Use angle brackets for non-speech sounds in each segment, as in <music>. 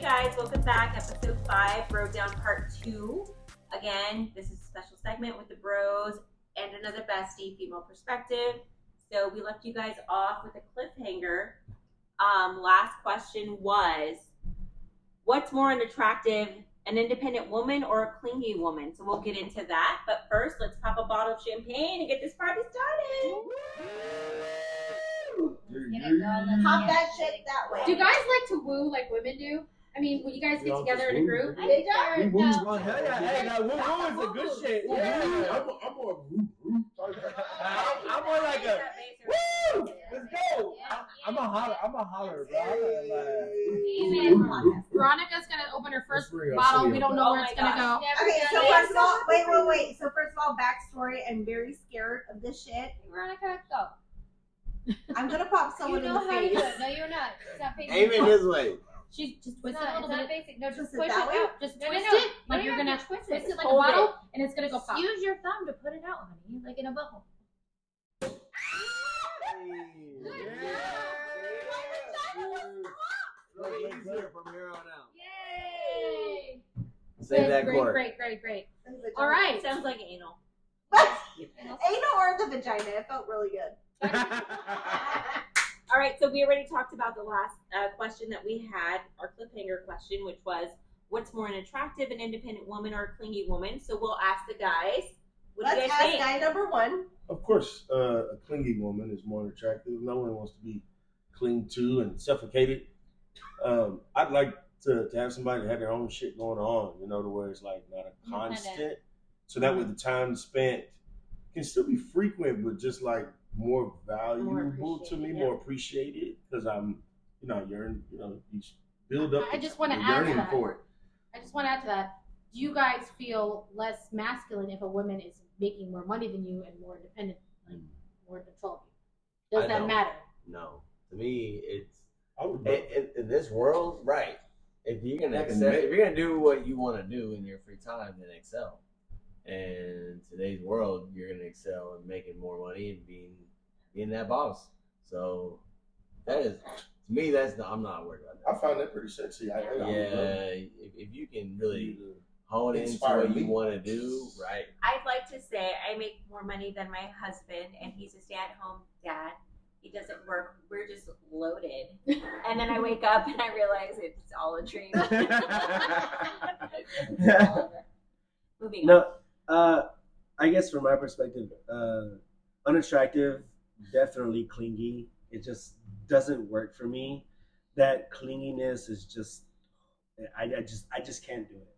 guys, welcome back. Episode 5, Bro Down Part 2. Again, this is a special segment with the bros and another bestie, female perspective. So we left you guys off with a cliffhanger. Um, last question was What's more unattractive, an independent woman or a clingy woman? So we'll get into that. But first, let's pop a bottle of champagne and get this party started. Pop that shit that way. Do you guys like to woo like women do? I mean, when you guys We get all together just in a woo, group, don't They don't. We No. moves on. Oh, Hell yeah, hey, now, woo That's woo is a woo-woo. good shit. Yeah. Yeah. I'm, a- I'm more woo woo. I'm, I'm more like a woo. Let's go. I'm- I'm a holler. I'm a holler, bro. I'm not gonna lie. Veronica's gonna open her first Let's bring up bottle. Celia. We don't know Oh where my it's gonna gosh. go. Okay, so Yeah. first of all, wait, wait, wait. So first of all, backstory. I'm very scared of this shit. Veronica, go. I'm gonna pop someone you know in the how face. you do <laughs> it. No, you're not. It's not basic. Aim it this way. She's just It's twist it a not, little it's not bit. basic. No, just Just push it that way? out. Just No, no, twist no. it You like don't you're have gonna to twist it. twist it Just like a hold bottle, and it's gonna go pop. Use your thumb to put it out, honey, like in a bubble. Yeah. Look easier from here on out. Yay! Save Great, that great, cork. great, great, great. All All right. right. Sounds like anal. <laughs> Anal or the vagina? It felt really good. <laughs> All right, so we already talked about the last uh, question that we had, our cliffhanger question, which was what's more an attractive, an independent woman or a clingy woman? So we'll ask the guys. What do Let's you ask guys think? guy number one. Of course, uh, a clingy woman is more attractive. No one wants to be clinged to and suffocated. Um, I'd like to, to have somebody that had their own shit going on, you know, to where it's like not a Independent. constant. So that way Uh-huh. the time spent can still be frequent, but just like more valuable to me, appreciated, more appreciated because I'm, you know, yearn, you know, each build up. I is- just wanna is add to yearning that. for it. I just want to add to that. Do you guys feel less masculine if a woman is making more money than you and more independent, like more in control of you? Does Hmm. I that don't. matter? No. To me, it's I would in, in, in this world, right. If you're gonna Like a excel, ma- if you're gonna do what you want to do in your free time, then excel. And in today's world, you're gonna excel in making more money and being being that boss. So that is to me. That's not. I'm not worried about I that. find that pretty sexy. I, I would love yeah, if, if you can really to- hone into Inspire what me. you want to do, right? I'd like to say I make more money than my husband, and he's a stay at home dad. He doesn't work. We're just loaded. And then I wake up and I realize it's all a dream. <laughs> Moving on. No, uh, I guess from my perspective, uh, unattractive, definitely clingy. It just doesn't work for me. That clinginess is just, I, I just, I just can't do it.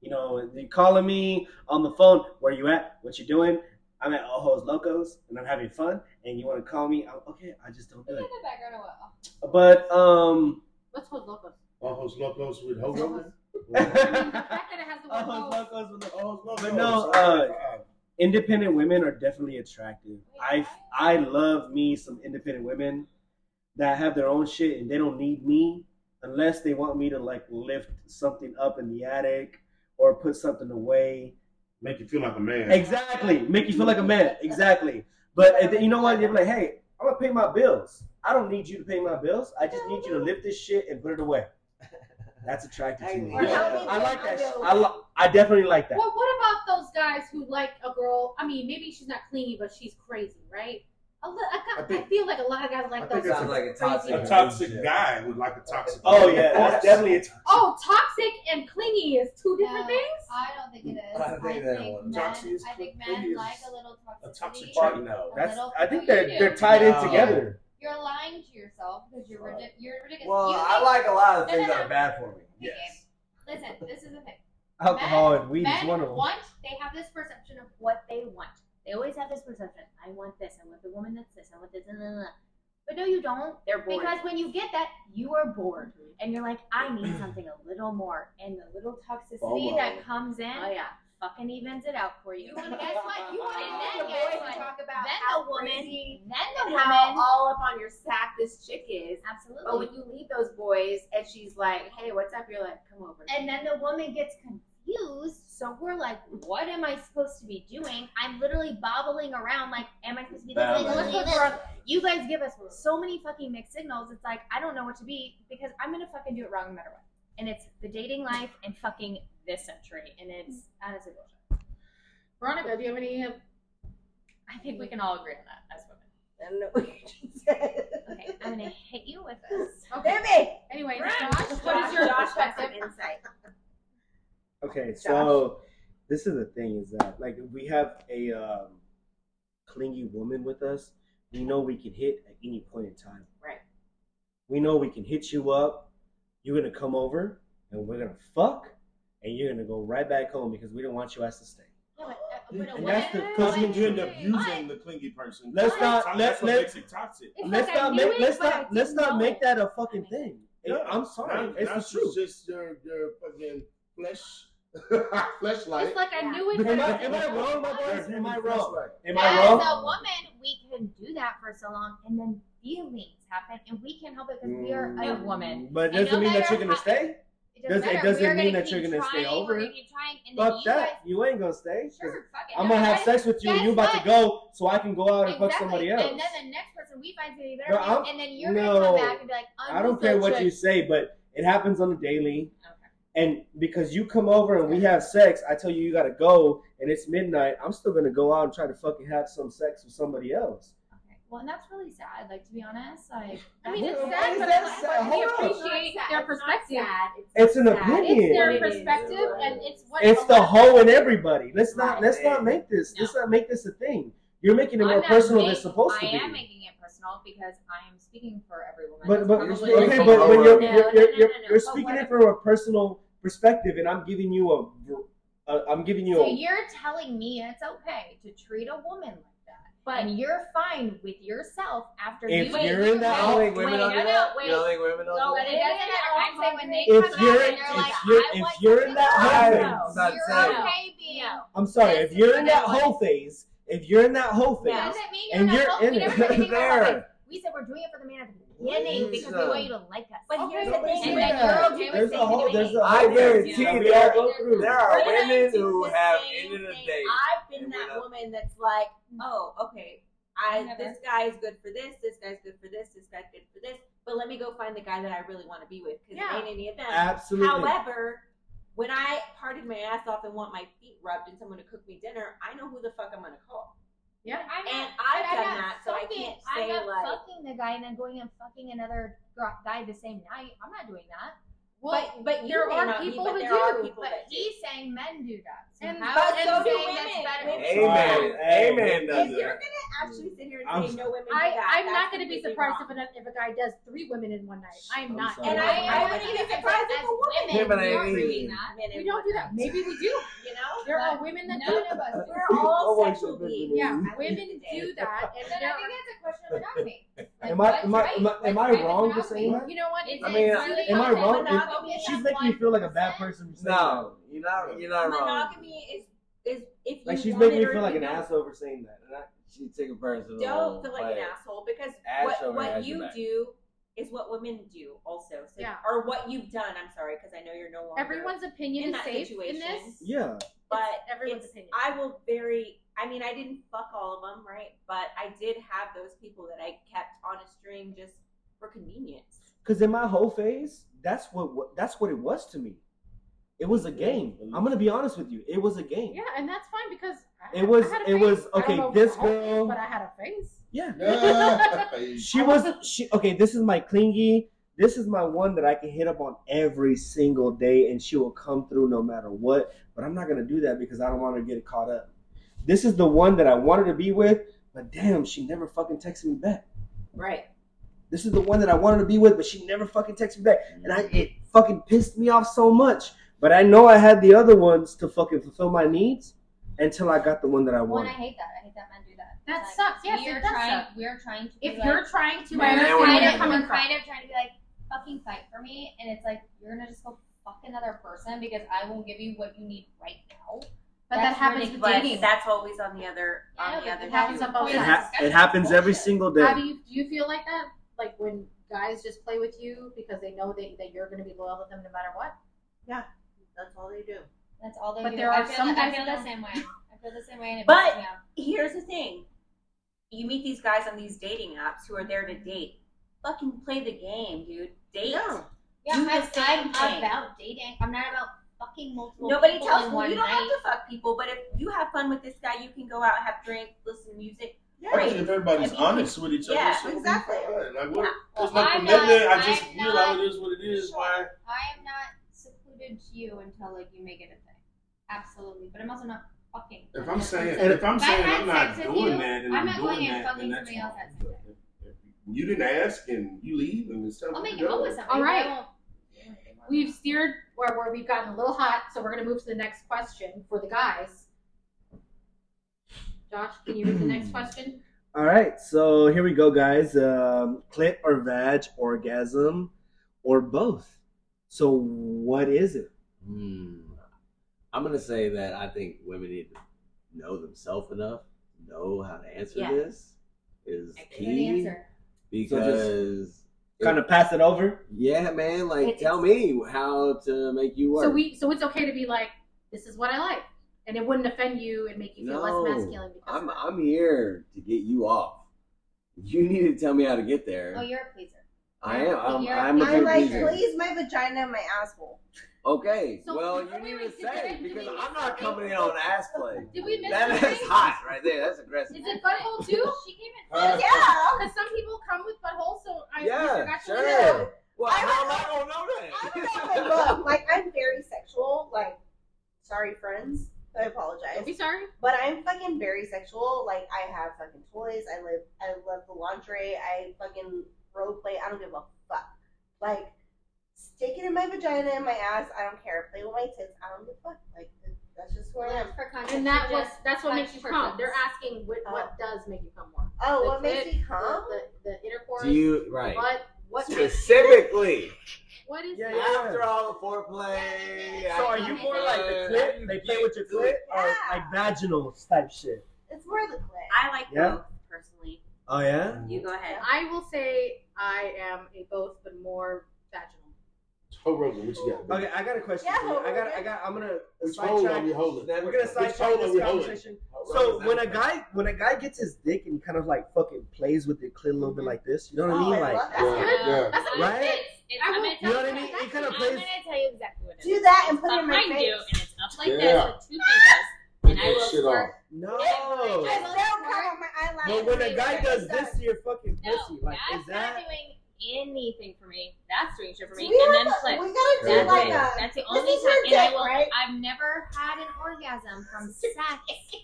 You know, you calling me on the phone. Where you at? What you doing? I'm at Ojos Locos and I'm having fun. And you want to call me? I'm, okay, I just don't do it. background But um, <laughs> What's with locos? Ojos Locos <laughs> with Ho Rogan? I mean, the fact that it <laughs> has Oh, the word Ojos loco- Locos with the Ojos Locos. But no, uh, independent women are definitely attractive. I I love me some independent women that have their own shit and they don't need me unless they want me to like lift something up in the attic or put something away. make you feel like a man. Exactly, make you feel like a man. Exactly, but if they- you know what? You're like, hey, I'm gonna pay my bills. I don't need you to pay my bills. I just need you to lift this shit and put it away. That's attractive to me. Or help me I like that. with shit. my I, bills. li- I definitely like that. Well, what about those guys who like a girl? I mean, maybe she's not clingy, but she's crazy, right? A li- I, got, I I, think- feel like a lot of guys like I those. think it's Sounds a- like a crazy. toxic, A toxic guy would like a toxic. Oh yeah, that's definitely a oh, toxic and clingy is two different No. things. I don't think it is. I think that one. men, Toxic is I think clean men is like a little a toxicity. toxic A chick. No. That's. little- I think No, you they're do. they're tied in No. together. You're lying to yourself because you're ridi- you're ridiculous. Well, you I think- like a lot of No, things no, that no. are bad for me. Okay, Listen, this is the thing. Alcohol and weed is Men one of them. want. They have this perception of what they want. They always have this perception. I want this. I want the woman that's this. I want this. Blah, blah, blah. But no, you don't. They're bored. Because when you get that, you are bored. And you're like, I need something a little more. And the little toxicity FOMO. that comes in Oh yeah. fucking evens it out for <laughs> you. You wanna guess what? You wanna And hear then Oh. the guess boys what? talk about Then how the woman- crazy Then the and how woman. all up on your sack this chick is. But Absolutely. when you leave those boys and she's like, "Hey, what's up?" You're like, "Come over." And then the woman gets confused. So we're like, what am I supposed to be doing? I'm literally bobbling around like, am I supposed to be this? Balance. Let's look for- You guys give us so many fucking mixed signals. It's like, I don't know what to be because I'm going to fucking do it wrong no matter what. and it's the dating life and fucking this century, and it's honestly bullshit. Veronica, do you have any? uh, I think we can all agree on that as women. I don't know what you just said. <laughs> Okay, I'm gonna hit you with this. Okay. Baby! Anyway, Right. Josh, what is your Josh has perspective? some insight. Okay, so this is the thing is that like if we have a um, clingy woman with us, we know we can hit at any point in time. Right. We know we can hit you up. You're gonna come over, and we're gonna fuck, and you're gonna go right back home because we don't want your ass to stay. Yeah, but, uh, but a And woman- that's the Because fucking you end up But- using the clingy person. Let's That's not- what- let's- That's what let's- makes it toxic. It's let's like I not knew make it, let's but I not let's didn't not know make it. that a fucking thing. I'm sorry, Now- it's now the she's truth. Just your your fucking flesh, <laughs> fleshlight. It's like I Yeah. knew it. Am I, was- am I wrong, my boys? Am I wrong? Fleshlight. Am I As wrong? a woman, we can do that for so long, and then feelings happen, and we can't help it because we are a Mm. woman. But And doesn't no mean that matter you're gonna how- stay. It doesn't, Does- it matter. We doesn't are mean gonna that you're keep gonna stay trying, over We're it. gonna keep trying, and then Fuck you that. guys. you ain't gonna stay. 'cause Sure, fuck it. I'm No, gonna have guys- sex with you and guess you about what? to go so I can go out and Exactly. fuck somebody else. And then the next person we find somebody better, No, than, I'm- and then you're no. gonna come back and be like, I'm I don't just care a what chick. you say, but it happens on the daily. Okay. And because you come over and we have sex, I tell you you gotta go and it's midnight, I'm still gonna go out and try to fucking have some sex with somebody else. Okay. Well, and that's really sad. Like to be honest, like I mean, it's Why sad, is but that it's sad? like, We Hold on. appreciate their perspective. It's an Sad. It's their opinion. perspective, and it's what It's the hoe in everybody. Let's not Right. let's not make this let's not make this a thing. You're making it I'm more not personal making- than it's supposed to I be. am making it personal because I am speaking for every woman. But That's but You're probably speaking okay, from but, our but you're, own- No, you're, no, you're, no, you're, no, no. you're But speaking what- it from a personal perspective, and I'm giving you a, a I'm giving you So a you're telling me it's okay to treat a woman like that, But and you're fine with yourself after If you. wait, you're in wait, You don't that hole- think women wait, don't do no, no, that? wait. You don't think women don't No, do but that? it doesn't matter. I'm saying when they If come if you're out in- and they're like, if you're I if want you're in that hole No. phase, Not you're saying. okay being. No. I'm sorry, That's if you're in that another hole phase, if you're in that hole phase, That doesn't mean you're and not you're healthy. in We it. never said anything about There. that. We said we're doing it for the man at the beginning because we Jesus. want you to like us. But here's the Oh, nobody thing, said and then that. you're okay with there's saying a it hole. There's a anyway. I hole there, guarantee that we there all are- go through. There are We're gonna women do who the have same ended a thing. date. I've been and we're that not- woman that's like, oh, okay, I Never. this guy is good for this, this guy's good for this, this guy's good for this, but let me go find the guy that I really want to be with because Yeah. ain't any of them. <laughs> Absolutely. However, when I parted my ass off and want my feet rubbed and someone to cook me dinner, I know who the fuck I'm gonna call. Yeah. I'm not- And but I've I'm done not that, so I fucking- can't I'm say, not like- fucking the guy and then going and fucking another gr- guy the same night. I'm not doing that. Well, but but you there may are not be, people but who there are do, people But that do. he's saying men do that. So And- how but is so he do saying that's women. better? Amen. Amen. If does you're it. gonna actually sit here and I'm say no women do I, that, I'm that's not going to be completely surprised wrong. if a, if a guy does three women in one night. I'm I'm not. sorry. And I I, I am wouldn't gonna be be surprised if surprised a woman Yeah, but I were mean- doing that. We don't do that. Maybe we do. You know, There are But women that None do. of <laughs> us. we're all Always sexual a good beings. Yeah, At the end of women the day. do that, and And then there I are think that's a question <laughs> of monogamy. Like, Am I what's am I right? am I, am I What's wrong for monogamy? saying that? You know what? It's, I mean, it's really am I fucking wrong? monogamy. If- She's making me feel like a bad person. for saying No, you're not. You're not wrong. Monogamy is is if you that. Like she's want making me it or feel like you an don't. asshole for saying that. And I, She took a personal. Don't feel like like, an asshole because Ash what over what has your you back. do is what women do also. So, Yeah. Or what you've done. I'm sorry because I know you're no longer. Everyone's opinion In is that safe in situation. this. yeah. but everyone's it's- opinion. I will very. I mean, I didn't fuck all of them, right? But I did have those people that I kept on a string just for convenience. Because in my whole phase, that's what, what that's what it was to me. It was a game. I'm gonna be honest with you. It was a game. Yeah, and that's fine because I, It was I had a it face. was I don't okay. know if This it's a whole face, girl, but I had a face. yeah, She <laughs> she was she. Okay, this is my clingy. This is my one that I can hit up on every single day, and she will come through no matter what. But I'm not gonna do that because I don't want her to get caught up. This is the one that I wanted to be with, but damn, she never fucking texted me back. Right. This is the one that I wanted to be with, but she never fucking texted me back. and I it fucking pissed me off so much. But I know I had the other ones to fucking fulfill my needs until I got the one that I Well, and I wanted. hate that. I hate that men do that. That Like, sucks. Yes, we it are does trying. suck. We are trying to. If be you're like, trying to, Man, I that understand would where kind you're of, coming we're from. kind of trying to be like, fucking fight for me, and it's like you're gonna just go fuck another person because I won't give you what you need right now. But that That's happens with ridiculous. But dating. that's always on the other I know, on the but other. it happens shoe. on both It Oh, It, sides. ha- it happens every single day. How do you do you feel like that? Like when guys just play with you because they know that, that you're going to be loyal to them no matter what. That's all they do. That's all they But do. there I are feel some the- guys I feel that the same way. I feel the same way. And it But- pisses me off. Here's the thing: you meet these guys on these dating apps who are there to date. Fucking play the game, dude. Date. Yeah. Yeah, Do the I'm, same I'm thing. about dating. I'm not about fucking multiple Nobody people tells in you one you don't have night. to fuck people, but if you have fun with this guy, you can go out, have drinks, listen to music. I think Great. if everybody's If you- honest with each other, yeah, shit would be exactly. fine. Like, Yeah. what? There's Well, no I'm commitment. not- I just I'm realize it is what it is. Sure. Why? I am not secluded to you until like you make it a thing. Absolutely, but I'm also not fucking. If I'm saying, And if I'm If saying I had I'm not sex with doing you, that, and I'm I'm, not doing going in that, fucking then that's somebody else fine. at sex. But if- if You didn't ask, and you leave, and it's time Oh I'll to make it go. up with somebody. All but I right. won't- We've steered where, where we've gotten a little hot, so we're gonna move to the next question for the guys. Josh, can you read the <clears throat> next question? All right, so here we go, guys. Um, clit or vag orgasm, or both. So what is it? Hmm. I'm gonna say that I think women need to know themselves enough, know how to answer Yeah. this is I can key answer. because Kind of pass it over. yeah, man. Like, It- tell me how to make you work. So we, so it's okay to be like, this is what I like, and it wouldn't offend you and make you feel No, less masculine because I'm I'm here to get you off. You need to tell me how to get there. Oh, you're a pleaser. I am. I'm, you're- I'm a I'm good like, pleaser. please, my vagina and my asshole. Okay. So- well, wait, you need wait, to did we- say did we because miss I'm not something? coming in on ass play. Did we miss That something? is hot right there. That's aggressive. Is it butthole too? She gave it. Huh? Yeah. Because some people come with buttholes, so I I yeah, forgot to look at them. sure. Well, I how am would- I gonna <laughs> know that? I don't know if I look like I'm very sexual. Like, sorry, friends, I apologize, Don't be sorry. but I'm fucking very sexual. Like, I have fucking toys. I live. I love the lingerie. I fucking role play. I don't give a fuck. Like, stick it in my vagina and my ass. I don't care. Play with my tits. I don't give a fuck. Like, that's just who I am. For context, And that she was just that's what makes you touched come. her They're toes. asking what, what does make you come more. Oh, The what makes clit, me come? The, the, the intercourse. Do you right? What what makes, <laughs> Specifically what is Yeah, that? after all the foreplay. So I- So are you more like Uh, the clit? They play with your clit, or like vaginal type shit? It's more the clit. I like Yeah. both personally. Oh yeah. You go ahead. I will say I am a both, but more vaginal. Toe Rogan, what you got? baby? Okay, I got a question. Yeah, for you. I got. I Rogan. got. I'm gonna Which hole are sidetrack. we holding? We're gonna Which sidetrack hole are this we holding? conversation. So when a guy when a guy gets his dick and kind of like fucking plays with it clit a little bit like this, you know what I Oh, mean? I Like love that. Yeah, yeah. That's It's- what Right? It's, it's, I I'm will- gonna you tell know what I you- mean? It kind of I'm plays. gonna tell you exactly what it is. Do that and It's put it in my behind face. you, and it's up like Yeah. this with two fingers, and I Get will shit squirt. No. I Yes. still come on my eyelash. Oh. But when a guy does this to your fucking No, pussy, like that's is that? not doing anything for me. That's doing shit for me. we, and then have, flip. we gotta do That's like it. a. That's the this only is time. your And I dick, will. right? I've never had an orgasm from sex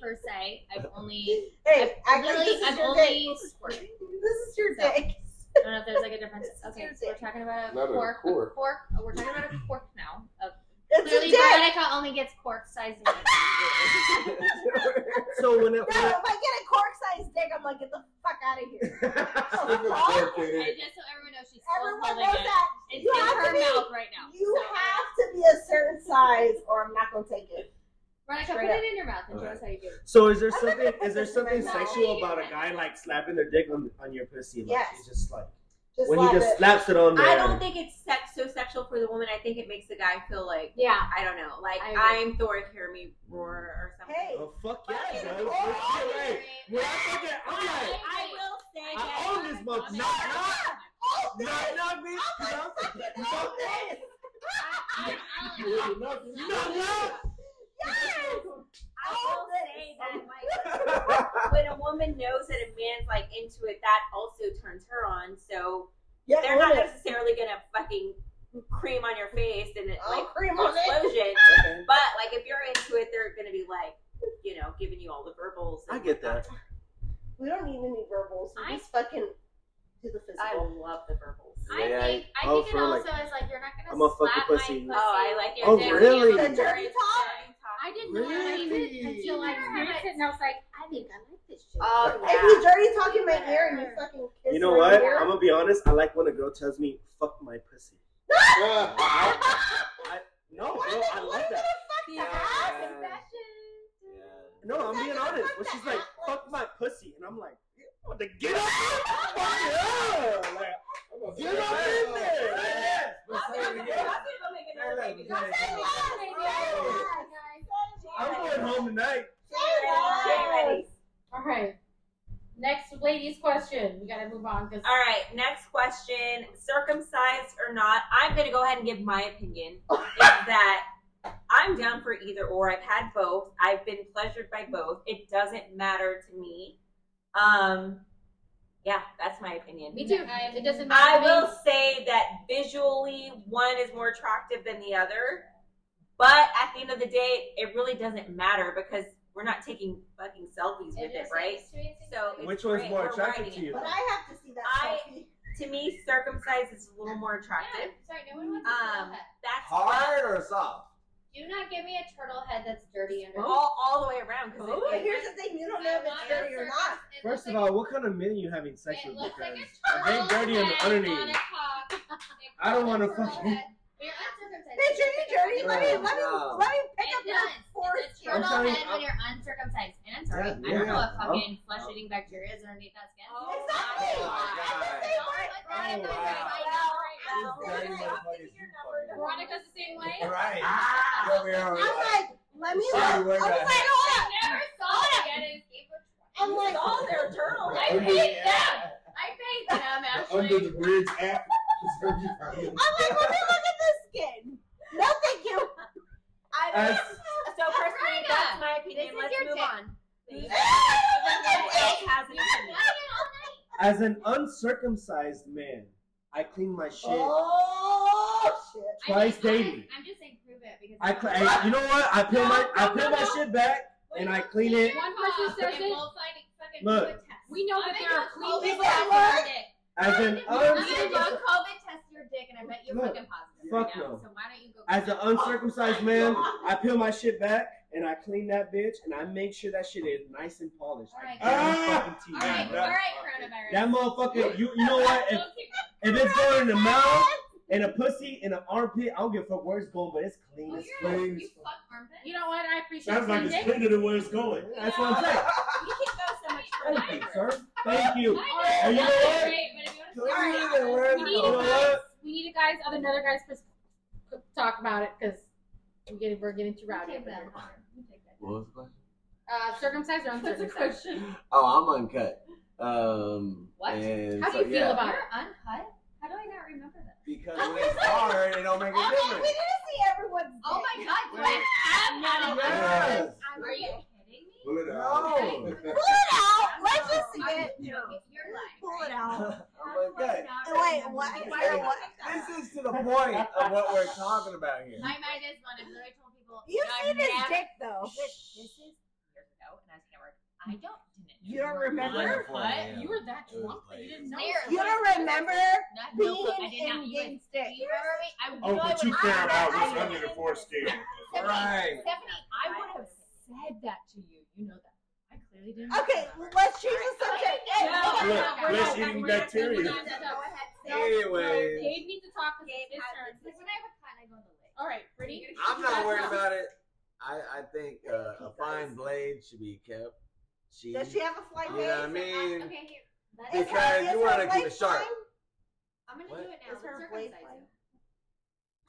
per se. I've only. Hey, I've act like literally- this is I've your only dick. squirted. This is your So- dick. I don't know if there's like a difference. This is Okay, your so we're dick. talking about a Not a cork. A cork. cork. Oh, we're talking about a cork now. Of It's a Clearly, dick. Veronica only gets cork sized. <laughs> So when it, No, if I get a cork-sized dick, I'm like, get the fuck out of here. Stick a <laughs> fork in and it. just so everyone knows, she's Everyone still knows holding it. that. uh, It's You in have to her be- mouth right now. You so, have to be a certain size, or I'm not gonna take it. Veronica, put Straight it in your mouth and show Okay. us how you do. it. so is there I'm not gonna something put is there this in something my mouth. sexual about a guy like slapping a dick on on your pussy? Like, Yes. it's just like Just when slap he just it. slaps it on there. I don't think it's sex so sexual for the woman. I think it makes the guy feel like Yeah. I don't know, like I agree. I'm Thor, hear me roar or something. Hey. Oh fuck yeah, Fucking bro! cork. Fuck yeah, hey. When I fucking, I'm like, I will say I that. own this No, no. motherfucker. Knock, knock, Oh, <laughs> no. knock, knock, bitch. Knock, knock, Yes. I, I, You ain't enough. knock, knock. I will say that like when a woman knows that a man's like into it, that also turns her on. So Yeah, they're not hold it. necessarily gonna fucking cream on your face and it, Oh, like cream on it. explosion. Okay. But like if you're into it, they're gonna be like, you know, giving you all the verbals. I and get whatnot. that. We don't need any verbals. We I- just fucking do the I physical. love the verbals. I Yeah, think, I I'll think it throw, also like, is like you're not gonna I'm a fucking slap pussy. my pussy. Oh, I like your Oh, dick. really? Yeah. The dirty talk? I didn't know I Really? liked it until I experienced it, and I was like, I think I like this shit. Oh If yeah. you dirty talk in my ear and you fucking kiss You know my what? ear- I'm gonna be honest. I like when a girl tells me, "Fuck my pussy." <laughs> No, Why bro, they- I why like they that. gonna fuck the ass? No, I'm being honest. When she's like, "Fuck my pussy," and I'm like, "I want to get up, fuck it up, like, get up in there." like that. Say yes, Say yes. I'm going home tonight. Say yes. Say yes. All right. Next, ladies, Katie's question. We gotta move on because All right, next question. Circumcised or not, I'm going to go ahead and give my opinion. is that I'm down for either or. I've had both. I've been pleasured by both. It doesn't matter to me. Um, yeah, that's my opinion. me too. I, it doesn't matter. I to me. will say that visually, one is more attractive than the other. But at the end of the day, it really doesn't matter because we're not taking fucking selfies with it, right? So it's Which one's great. more We're attractive riding to it. you? But I have to see that I- selfie. To me, circumcised is a little more attractive. sorry, no one wants a Um, turtle head. That's Hard or soft? Do not give me a turtle head that's dirty under. all, all the way around. 'cause it- But Oh, here's the thing: you don't know if it's dirty or not. First of all, what kind of men are you having sex It with? looks like a Because turtle they dirty on the head underneath. on a cock. <laughs> I don't want to It's a turtle fucking. head. When you're uncircumcised, Bitch, are you dirty? Let me, let me, No. let me pick It up your does. fourth It's a here. turtle telling you, head when you're uncircumcised. And I'm sorry, I Yeah, don't yeah. know what Oh. fucking flesh-eating bacteria is underneath that skin. Oh, my Exactly. I God. just say Oh, right. my God, Oh, I'm wow. Well, well, I'll give you your You dirty motherfuckers, you number. fucking- Veronica's the same <laughs> way. Right. Ah. But we are- I'm like, let me. look. Sorry, we're I was back. like, hold up. Never saw it again and gave her I'm You like, saw their turtle. I Under- hate them. I hate them, Under actually. the bridge app. <laughs> It's I'm like, let me look at this skin. No, thank you. I That's- So personally, Veronica, that's my This opinion. is Let's your move dick. on. This <laughs> is- Everyone else has an You've been opinion. nagging all night. As an uncircumcised man, I clean my shit. <laughs> Oh shit. Twice I mean, I'm- daily. I'm just saying, prove it because I, cl- I- you know what? I peel my I No, peel no, my no. shit back and I clean it. One person says it. We'll find fucking Look. do a test. We know that I'm there gonna are do a COVID clean people test at of your work. dick. As an <laughs> I'm gonna do uncircumcised a COVID test of your dick, and I bet you're Look. fucking positive Fuck right now. no. So why don't you go? as an uncircumcised man, I peel my shit back and I clean that bitch and I make sure that shit is nice and polished. I Alright. clean my fucking teeth. all right, all right, coronavirus. That motherfucker, you you know <laughs> what? If, Don't keep- if it's going in the mouth and a pussy and an armpit, I don't give a fuck where it's going, but it's clean Oh, as you're- fuck. clean. you fuck armpit. You know what? I appreciate Sounds like clean it's dick. cleaner than where it's going. That's what I'm saying. You can go so much Thank you, further. sir. Thank you. I know, And you know that's what? great, but if you wanna Clean fuck it armpit, wherever We You need know a guys. what? We need a guys of another guy's pers- talk about it because we're getting we're getting too you rowdy. take over that, here. Hunter. You take that. What was the question? Uh, circumcised or uncircumcised? Oh, I'm uncut. Um, What? and How do so, you feel yeah, about it? You're uncut. How do I not remember that? Because when it's hard, it don't Okay, make a we difference. didn't see everyone's. Oh dick. my god, do Wait. I have not Yes. Are you kidding me? Pull it out. No. Pull it out. Let's just see Are you it. joking? You're lying. Pull it right? out. <laughs> I'm uncut. How do I Wait, not what? remember Wait, what? This is to the point of what we're talking about here. I might as well. I literally told people. You've "No, seen I've his never- dick though. This this is years ago, and I was hammered. I don't. Didn't You don't remember? Where? Before, What? yeah. You were that It was drunk that you like- didn't know. There. You don't remember Not, being no, I did not in even. Game's Do dick. you remember me? I Oh, know I but you would- found I- out I- what's I- under the foreskin. Stephanie, Right. Stephanie, I would have said that to you. You know that. I clearly didn't. Okay, let's change the subject. Hey, No, hold on. no, Look, we're less not- eating we're not- bacteria. we're not- Go ahead. Anyway. Gabe needs to talk because it's his turn. Because when I have a cut, I go in the lake. All right, pretty. I'm not worried about it. I, I think uh, a fine blade should be kept. She, Does she have a fly you face? know what I mean? Okay, here. Let us- Is her- Because is you her wanna keep blade it sharp. fine? I'm gonna What? do it now. Let's Is her blade circumcise fine? him.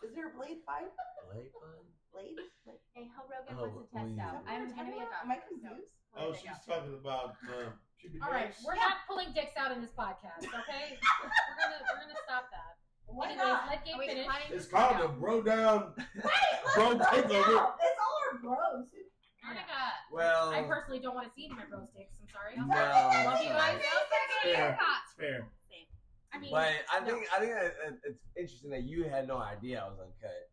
Is her blade fine? Blade fine? Blade? Like, Hey, Ho Rogan Oh, wants to test wait. out. I'm gonna be a doctor. Am I so- <laughs> confused? Oh, she's talking about. Um, chicken All right, breasts. we're not pulling dicks out in this podcast, <laughs> okay? we're gonna we're gonna stop that. Why Anyways, not? let Gabe Are we finish. cutting It's this called out? the bro down. Let's Bro, go take now. over. It's all our bros. Monica. Well, I personally don't want to see any of my bros' dicks. I'm sorry. no, Love you guys. Yeah. Hot. Fair. I mean, But I no. think I think that- that it's interesting that you had no idea I was uncut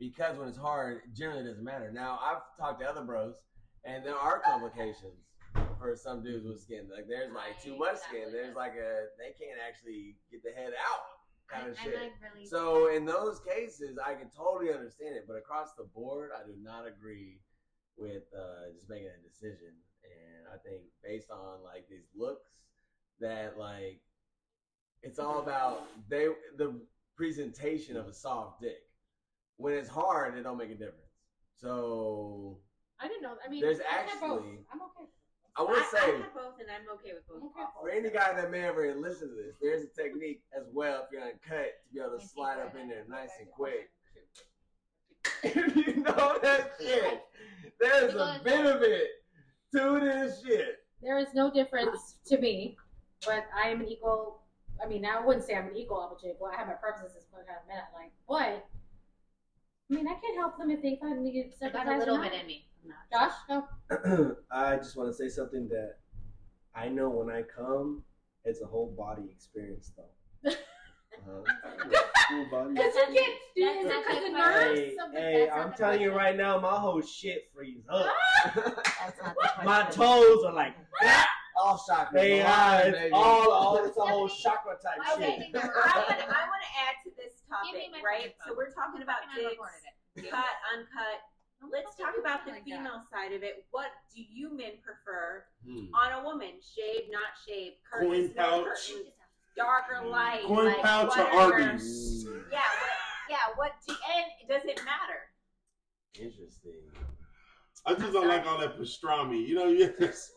because when it's hard, it generally doesn't matter. Now I've talked to other bros, and there are complications for some dudes with skin. Like there's like too much skin. There's like a they can't actually get the head out kind of I- shit. I'm like really. So in those cases, I can totally understand it, but across the board, I do not agree with uh, just making a decision. And I think based on like these looks, that like it's all about they the presentation of a soft dick. When it's hard, it don't make a difference. So I didn't know. I mean, There's I had both. actually- I'm okay. I I, would I say have both, and I'm okay with both. Okay. <laughs> for any guy that may ever listen to this, there's a technique as well if you're uncut to be able to slide up in there nice <laughs> and quick. if <laughs> you know that shit, there's a benefit to this shit. There is no difference to me but I am an equal. I mean, I wouldn't say I'm an equal opportunity, but I have my preferences. What kind of men I like, but I mean, I can't help them if they find me I sympathize. got a or little not. bit in me. I'm not. Josh, no. <clears throat> I just want to say something that I know when I come, it's a whole body experience though. Uh-huh. Full body. Because you can't do That's is it not 'cause the the nerves? Hey, Something- hey, that's not I'm the telling you question. right now, my whole shit freeze up. That's not the question. <laughs> my toes are like, <laughs> All shockers. they Go are. on, It's baby. all, all, it's a whole chakra type Okay. shit. I want to I want to add to this Give topic, me my right? So fucking we're talking about I recorded dicks, it. cut, uncut. Let's talk about the Like that. female side of it. What do you men prefer <laughs> Hmm. on a woman? Shaved, not shaved, Coin curtains, no pouch. Mm. curtains, dark or light, Coin like, pouch or whatever. Arby's? Yeah, what, yeah. What do and does it matter? Interesting. I just don't like all that pastrami. You know, <laughs> yes.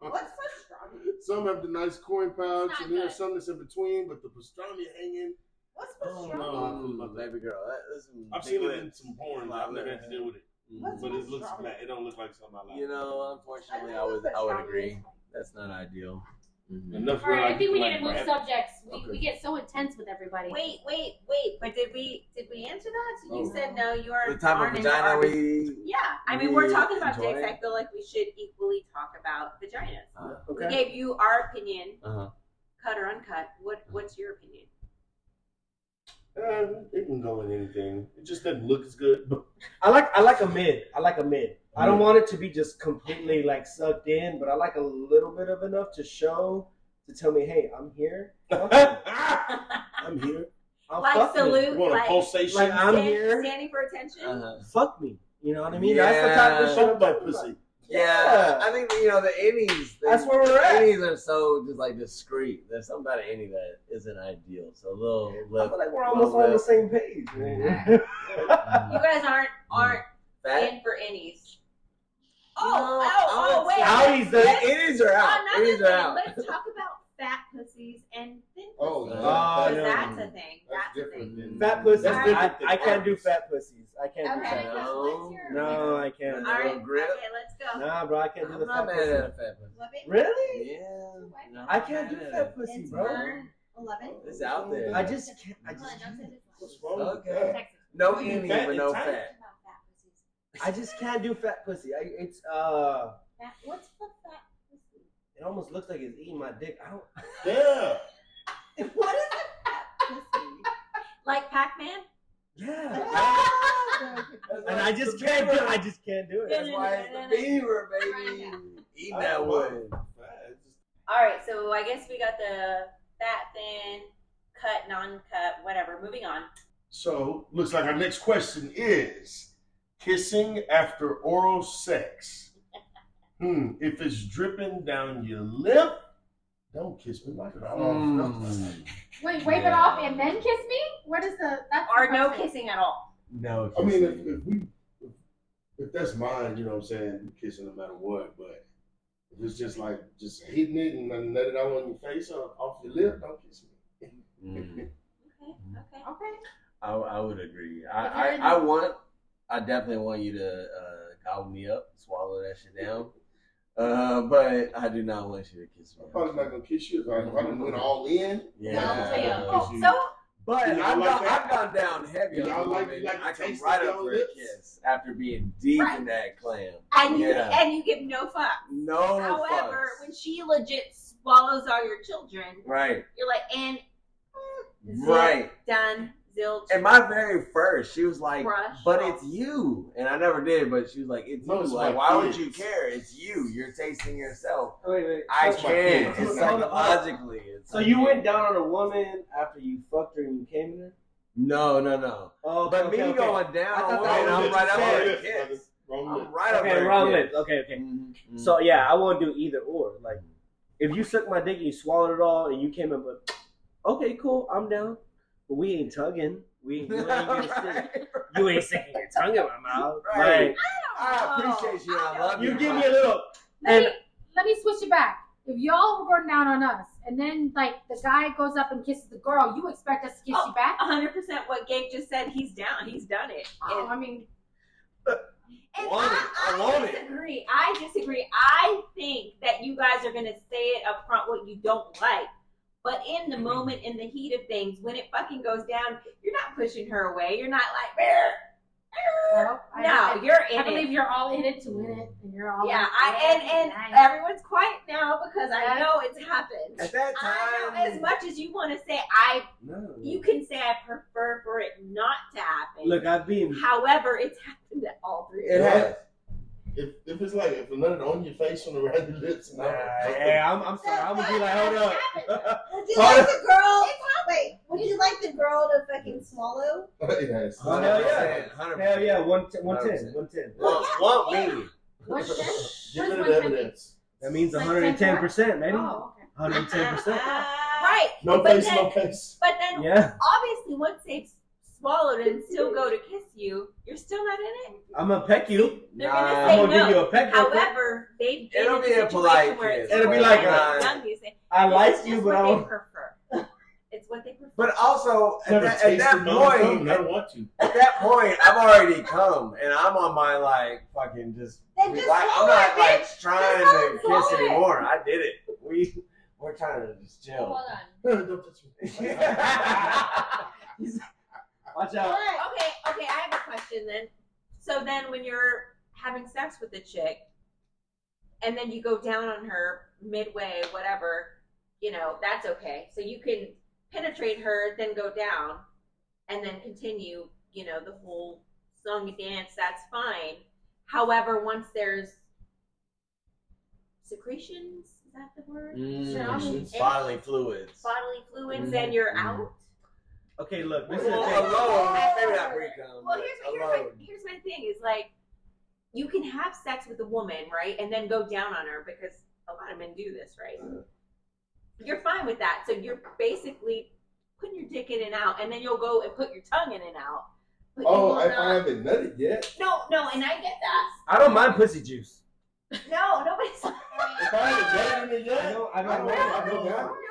What's pastrami? Some have the nice coin pouch, It's not and there's good. some that's in between, but the pastrami hanging. What's Oh, pastrami? no. baby girl. That, that's some I've big seen it in lips. some porn. Lot I've never had lips. to deal with it, What's but it looks pastrami? bad. It don't look like something I like. You know, unfortunately, I know would what I would pastrami agree. is. That's not ideal. Enough. All where right, I can, think we like, need to move grab- subjects. We, Okay. we get so intense with everybody. Wait, wait, wait. But did we did we answer that? You Oh. said no. You are The type of aren't into vagina Arby's. we. Yeah, I mean, we we're talking about enjoy dicks. it. I feel like we should equally talk about vaginas. Uh, We gave you our opinion, uh-huh. cut or uncut. What What's your opinion? Uh, it can go in anything. It just doesn't look as good. But I like I like a mid. I like a mid. I don't want it to be just completely like sucked in, but I like a little bit of enough to show to tell me, hey, I'm here. I'm here. I'm here. I'm like fucking it. you salute, want a like pulsation? Like I'm stand- here. standing for attention. Uh-huh. Fuck me. You know what I mean? That's the type of Yeah. shit I'm Fuck my talking about. pussy. Yeah, I think you know the innies. They, That's where we're at. Innies are so just like discreet. There's something about an innie that isn't ideal. So a little <laughs> I lip, feel like we're almost on the same page. Man. You guys aren't aren't fat. in for innies. Oh, You know, oh, oh, I wait. would Outies, say- that- innies are out. Another Innies are thing, out. Let's talk about fat pussies and thin pussies. Oh, yeah. Oh, 'Cause no. that's a thing. That's That's, a different. thing. Mm. fat pussies. That's I, different than I can't do Arby's. fat pussies. I can't do Okay, fat. what's- what's your- No, I can't. All right, Little grip. okay, let's go. Nah, bro, I can't do I'm the not fat mad at a pussy. fat pussy. Eleven? Really? Yeah. no, I I'm can't do not mad at fat it. pussy, It's bro. fine. Eleven? It's out there. I just can't. Oh, I just Come on, don't say can't. this one. What's wrong? Okay. With that? No You innie, fat but and no tight. fat. I just can't do fat pussy. I, it's uh, Fat- What's the fat? it almost looks like it's eating my dick. I don't. Yeah. What is? Like Pac-Man? <laughs> Yeah. and I just can't do. I just can't do That's it. why it's the beaver, baby. Eat I that don't wood. know. Fat, it's just- All right, so I guess we got the fat, thin, cut, non-cut, whatever. Moving on. So looks like our next question is kissing after oral sex. Hmm. If it's dripping down your lip, don't kiss me like that. Hmm. Mm. Wait, wipe it Yeah. off and then kiss me? What is the? That's Or the no question. kissing at all. No. I mean, if, if we, if, if that's mine, you know what I'm saying, you kissing no matter what, but if it's just like, just hitting it and then let it out on your face or off your lip, don't kiss me. Mm. Okay, okay. Okay. I, I would agree. If I, you're I, in- I want, I definitely want you to uh, gobble me up, swallow that shit down. Uh, but I do not want you to kiss me. I'm probably not going to kiss you if I, if I done went all in. Yeah. I'll kiss you. So But Yeah, I I've, like gone, that. I've gone down heavy on Y'all a like- woman. like the I come taste right of up y'all for lips? a kiss after being deep in Right. that clam. and you Yeah. and you give no fuck. No However, fucks. when she legit swallows all your children, right, you're like, and mm, Zip. right. done, zilch. And my very first, she was like, Crush. "But it's you," and I never did. But she was like, "It's No, you. it's like, my why would kids. you care? It's you. You're tasting yourself." Wait, wait. I That's my can. point. It's Hold on, hold on. psychologically. It's So you like- went down on a woman after you fucked her and you came in her? No, no, no. Oh, But me going I down, thought on that and was I'm what right up you said. Yes, there. Yes. brother. Wrong I'm lip. right up Okay, there. wrong yes. lips. Okay, okay. Mhm, mhm. So yeah, I won't do either or. <laughs> Like, if you suck my dick and you swallowed it all and you came in, but okay, cool, I'm down. But we ain't tugging. We ain't, you ain't <laughs> getting <laughs> sick. Right. You ain't sticking your tongue in my mouth. Right. Like, I appreciate you. I love you. you give me a little. Let And- me let me switch it back. If y'all were going down on us, and then like the guy goes up and kisses the girl, you expect us to kiss Oh. you back? 100% what Gabe just said, he's down. He's done it. Oh, And I mean, And Want it. I, I want it. disagree. I disagree. I think that you guys are gonna say it up front what you don't like. But in the moment, in the heat of things, when it fucking goes down, you're not pushing her away. You're not like, "Arr, arr." No, I- no, you're in I it. believe you're all in it to win it, and you're all. Yeah, I and and <laughs> everyone's quiet now because I know it's happened. At that I know as time, much as you want to say I, no. you can say I prefer for it not to happen. Look, I've been. However, it's happened to all three. It of us. has- If, if it's like if another on your face on the right lips, and Nah, I'm- <laughs> yeah, I'm, I'm sorry. I'm gonna be like, hold up. Would you Sorry. like the girl? Wait, would you like the girl to fucking swallow? Yes. Oh, hell yeah. Hell yeah, one t- 110, 100%. 110. Well, One million. What's this? Give me Where's the my evidence. That means Like 110%, baby. Oh, okay. 110%. Uh, <laughs> Right. No But face, no then- face. But then Yeah, obviously once they've swallowed it and still go to kiss you, you're still not in it. I'm gonna peck you. They're Nah. gonna I'm say gonna no. give you a peck. real quick. However, they've been It'll in be a a situation polite where it's kiss. It'll be like young, a- young, you say, I "This like is you, just but what I they <laughs> don't. <laughs> prefer. It's what they prefer. But also at Never that, at tasted that no cum, point, never at, want <laughs> to. that point, I've already come, and I'm on my like fucking just. Then we- just like, I'm swallow not it, like bitch. trying Just to swallow kiss it. anymore. I did it. We we're trying to <laughs> just Hold chill. on. Don't touch me. <laughs> Watch All out. right. Okay, okay, I have a question then. So then when you're having sex with the chick and then you go down on her midway, whatever, you know, that's okay. So you can penetrate her, then go down, and then continue, you know, the whole song and dance, that's fine. However, once there's secretions, is that the word? Mm, bodily fluids. Bodily fluids, then you're Mm. out. Okay, look. This Well, is the thing. alone, maybe not pre Well, here's my, here's, my, here's my thing is like, you can have sex with a woman, right? And then go down on her because a lot of men do this, right? You're fine with that. So you're basically putting your dick in and out, and then you'll go and put your tongue in and out. But you Oh, will I, I not- haven't nutted yet. No, no, and I get that. I don't mind pussy juice. No, <laughs> nobody's. <laughs> If I haven't nutted it I yet, don't. I I don't. don't- I I don't don't- mind. Nobody's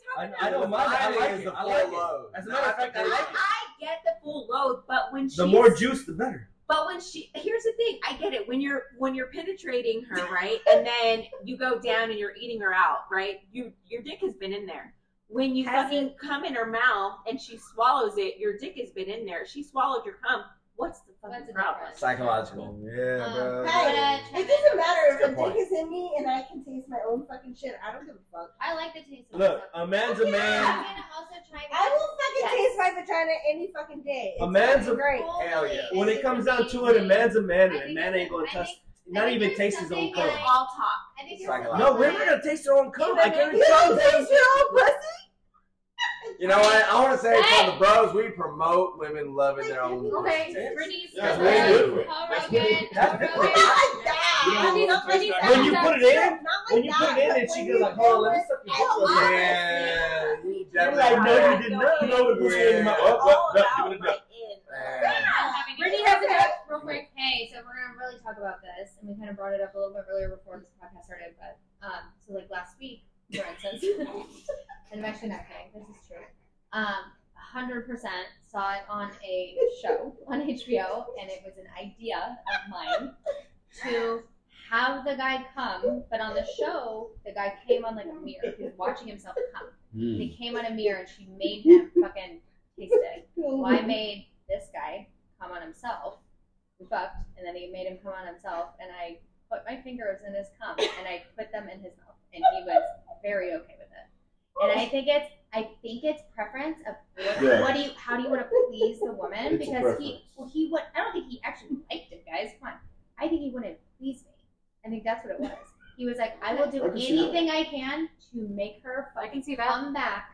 I, talking I about don't mind. I like it. I like it. load. As a matter of fact, I it. like it. I get the full load, but when The she's more juice, the better. But when she here's the thing, I get it. When you're when you're penetrating her, right? And then you go down and you're eating her out, right? You your dick has been in there. When you Has fucking come in her mouth and she swallows it, your dick has been in there. She swallowed your cum. What's the fucking What's the problem? difference? Psychological. Oh, Yeah, Um, bro. Hey, But, uh, it doesn't matter Good if a point. dick is in me and I can taste my own fucking shit. I don't give a fuck. I like the taste of Look, myself. a man's a man. I'm gonna also try I will Yes. fucking taste my vagina any fucking day. A man's a- great. Hell yeah. When it comes down to it, a man's a man, and I a think man ain't gonna I touch, think- I not think even there's taste his own something cum. like- All talk. I think Psychological. you're No, women are gonna taste their own cum. I can't You don't taste your own pussy? You <laughs> know what? I want to say for the bros, we promote women loving their own. Okay, pussy. Brittany, you Yeah, said way that. different. Paul That's Rogan, different. Paul Rogan. That's different. Not like that. Yeah. Brittany- Brittany said When you that. put it in, Not when like you that. put it in, but and she when goes you like, "Hold do on, let me it, suck your I don't dick." like Yeah, you You're definitely. like, no, you did Yeah. not. know it was in my- oh, All oh, no, about give it my up. in. Yeah. Brittany has it up real quick. Hey, so we're gonna really talk about this, and we kind of brought it up a little bit earlier before this podcast started. But um, so like last week, for instance, <laughs> and I'm actually not kidding. This is true. Um, hundred percent saw it on a show on HBO, and it was an idea of mine to have the guy come. But on the show, the guy came on like a mirror. He was watching himself come. And he came on a mirror, and she made him fucking taste it. Uh, Well, I made this guy come on himself. We fucked, and then he made him come on himself, and I put my fingers in his cum, and I put them in his mouth, and he was very okay with it. And I think it's, I think it's preference of what, Yeah. what do you, how do you want to please the It's woman? a because he, preference. well, he would. I don't think he actually liked it, guys. Come on, I think he wouldn't please me. I think that's what it was. He was like, I will do I can see that. anything I can to make her I can fucking see that. come back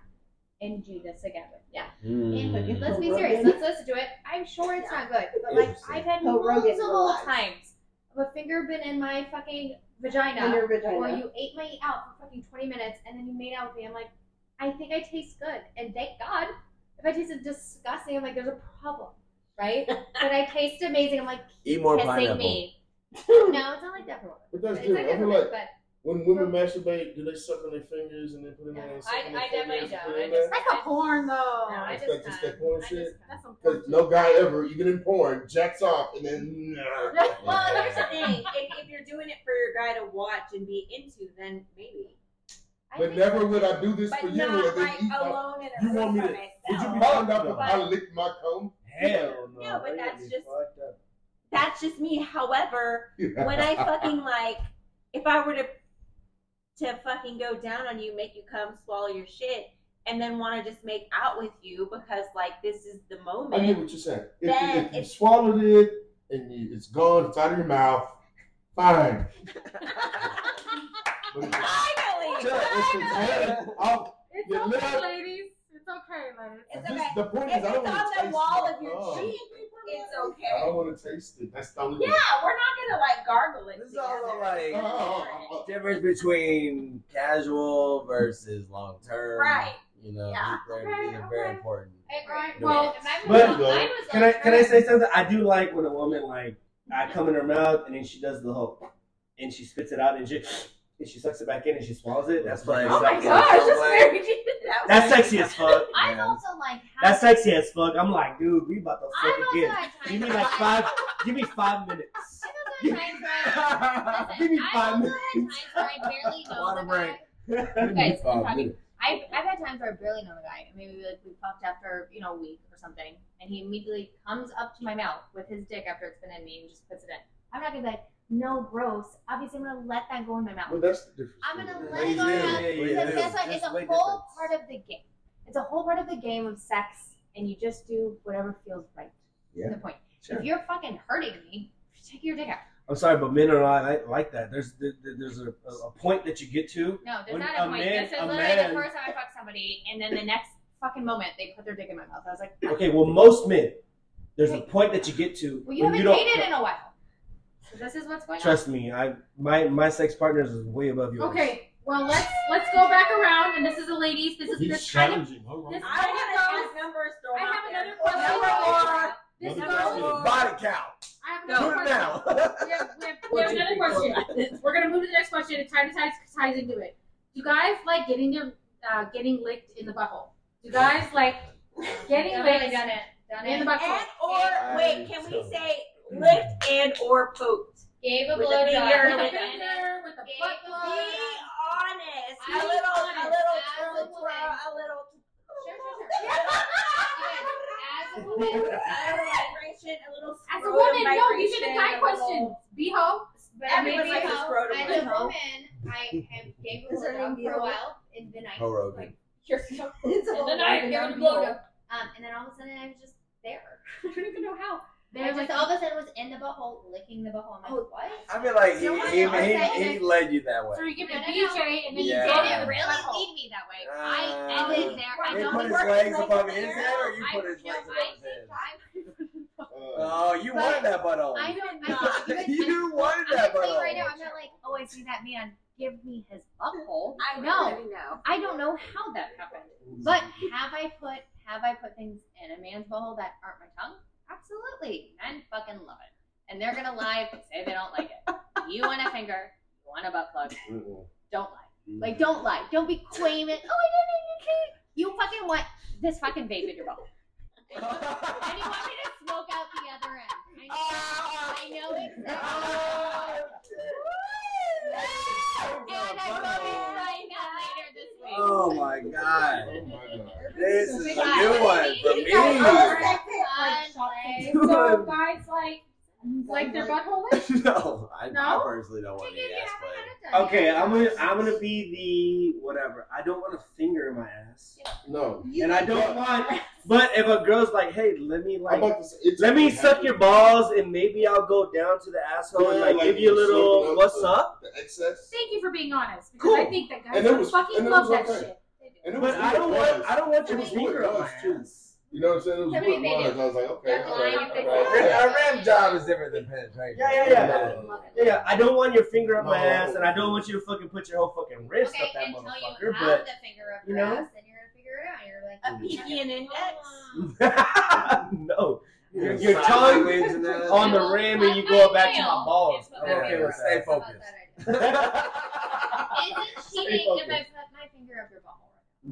and do this again with me. Yeah. And Mm. let's be serious. Let's listen to it. I'm sure it's not good, but like Interesting. I've had Joe Rogan multiple realized. times of a finger been in my fucking In vagina, your vagina. or you ate my out for fucking 20 minutes, and then you made out with me. I'm like, I think I taste good, and thank God. If I tasted disgusting, I'm like, there's a problem, right? but I taste amazing. I'm like, Eat more kissing pineapple. me. no, it's not like that for <laughs> women. But that's It's not different. I that for feel women, like but when women masturbate, do they suck on their fingers and then put it in No, there? and I- suck on their I definitely fingers and put don't. it in I just- there? That's a porn though. no, I That's just, that- just come. that porn I just shit? come. That's some Because no guy ever, even in porn, jacks off and then. <laughs> Well, and here's the thing: if, if you're doing it for your guy to watch and be into, then maybe. I But think- never would I do this for But you. and not then like eat my- alone in a You room want me by to- would you myself. be found out But- that I licked my comb. Hell no. No, but they got that's me just- <laughs> fucked up. That's just me. However, when I fucking like, if I were to to fucking go down on you, make you come, swallow your shit, and then want to just make out with you because like this is the I get what moment. you're saying. If, Then if you it's- swallowed it and you, it's gone, it's out of your mouth, <laughs> fine. But if it's- Finally, I'll- It's You okay, live- ladies. It's okay, ladies. it's this- okay. The point If is, I don't want it's to on the taste wall my of your cum. cheek, it's I Oh okay. don't want to taste it. That's the only. Yeah, we're not gonna like gargle it. This is also together. like- Oh, oh, <laughs> <laughs> oh, oh. difference between casual versus long term. Right. You know, Yeah. these are these are very Okay. important. Hey, Brian, Well, and mine was but- long- mine was Can I long can I term. say something? I do like when a woman like I come in her mouth and then she does the whole and she spits it out and she and she sucks it back in and she swallows it. That's like Oh my sexy. gosh, that's very- That That's sexy as fuck. I'm Yeah. also like half- That's sexy as fuck. I'm like, dude, we about to I'm fuck also again. at times Give me like I- five. Give me five minutes. I'm also at times <laughs> where I- Give me Listen, I five also minutes. had times where I <laughs> barely know Water the break. guy. You guys Oh, keep talking. I've, I've had times where I barely know the guy. and Maybe like we fucked after you know a week or something, and he immediately comes up to my mouth with his dick after it's been in me and just puts it in. I'm not gonna be like, no, gross. Obviously, I'm gonna let that go in my Well, mouth. that's the difference. I'm gonna Yeah. let it go in my mouth Yeah, yeah, because yeah. guess what? There's It's a whole way difference. part of the game. It's a whole part of the game of sex, and you just do whatever feels right. Yeah. The point. Sure. If you're fucking hurting me, take your dick out. <laughs> I'm sorry, but men are not like, like that. There's there, there's a, a point that you get to. No, there's When not a, a point. man- this is a literally man- the first time I fucked somebody, and then the next fucking moment they put their dick in my mouth. I was like, Okay, well most men, there's a point that you get to. well, you when haven't don't- dated in a while. So this is what's going Trust me, I my my sex partners is way above yours. Okay, well let's let's go back around, and this is a ladies. This is this kind of Hold on. this I kind have of those goes. numbers thrown I have out there. another question. This Number goes. Oh. four. Body count. I have No. another Do question. it now. <laughs> We have, we have, we have another question. We're gonna move to the next question. It kind of ties, ties into it. Do you guys like getting your uh, getting licked in the butthole? Do you guys like getting Done licked it, done it, done in the it. butthole? And or wait, can we say lift and or poked? Gave a With a blowjob. finger with a and Done it. finger, with a Gave butt a Be plug? honest. Be A little, a honest. little, As a to the woman. pro, a little. Sure, sure, sure. <laughs> As a woman, A little vibration, a little. As a scrotum woman, no, these are vibration, the guy a questions. little- Beho. but Everyone maybe likes to how- scrotum as a lick. woman, I have gave a Is her blowjob for a name Viola? while, and then I Ho Rogan. like, <laughs> you're so <laughs> It's And all then I over gave now. it a blowjob. Um, and then all of a sudden I was just there. I don't even know how. I They're just like, all of a sudden was in the butthole, licking the butthole. I'm like, Oh. what? I mean, like You know what? he, he, he, Okay. he led you that way. so you give it No, a no, BJ and then Yeah. you Did get it it. really with a butthole. lead me that way? Uh, I ended there. I He don't put his work legs like above that. his head, or you I- put his no, I legs above his head. think I'm- Uh, Oh, you But- wanted that butthole. I <laughs> don't. I'm not even- you wanted I'm that not butthole. saying right now. I'm not like, oh, I see that man. Give me his butthole. I no, really know. I don't know how that happened. But have I put have I put things in a man's butthole that aren't my tongue? Absolutely. Men fucking love it, and they're gonna lie if they say they don't like it. You want a finger? You want a butt plug? Mm-mm. Don't lie. Like, don't lie. Don't be claiming, oh, I didn't, I didn't care." You fucking want this fucking vape in your mouth. And you want <laughs> me to smoke out the other end. Ah! I know, Oh, I know exactly. <laughs> <laughs> And I'm going to find out later this week. Oh my god. oh my God. This is a But new one for you me. guys are Like, fun Okay, play. So guys like like their butthole licked? <laughs> No, I, I No? personally don't want Take to it, get you ass haven't played. had it done Okay, yet. I'm gonna I'm gonna be the whatever. I don't want a finger in my ass, No. and I don't want. But if a girl's like, hey, let me I'm like. about to say, it's Let me okay. suck your balls and maybe I'll go down to the asshole and Yeah, like like give you a you little circle up what's the- up. The excess. Thank you for being honest because Cool. I think that guys And it would was- fucking and it love was that okay. shit. And it was But I who it don't want was. I don't want It your was who finger it up my was, too. ass. You know what I'm saying? It was Tell me what it they was. did. I was like, okay. They're all right, lying if they all right. did. Our rim job is different than penetration. Yeah, yeah, yeah. Love it. Yeah, yeah, I don't want your finger up my No. ass and I don't want you to fucking put your whole fucking wrist Okay, up that until you motherfucker, have the finger up you your know? ass, then you're gonna figure it out. You're like, "Oh, A pinky and index. but <laughs> no. Your, Your, your tongue wings in there. on <laughs> the rim and you go back to my balls. I'm okay with <laughs> that. Stay How about focused. that idea? no, Is it cheating if I put my finger up your butthole?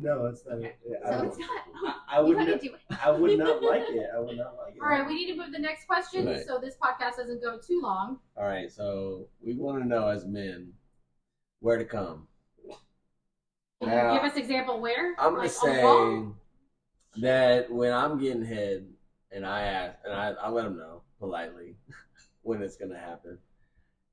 No, it's not. Okay. yeah, I, So would- it's not. I You would. gotta Not, do it. I would not like it. I would not like it. All right, we need to move the next question Right. so this podcast doesn't go too long. All right, so we want to know as men where to come. Can Now, you give us example where? I'm gonna Like, say a wall? that when I'm getting head, and I ask, and I, I let him know politely <laughs> when it's gonna happen,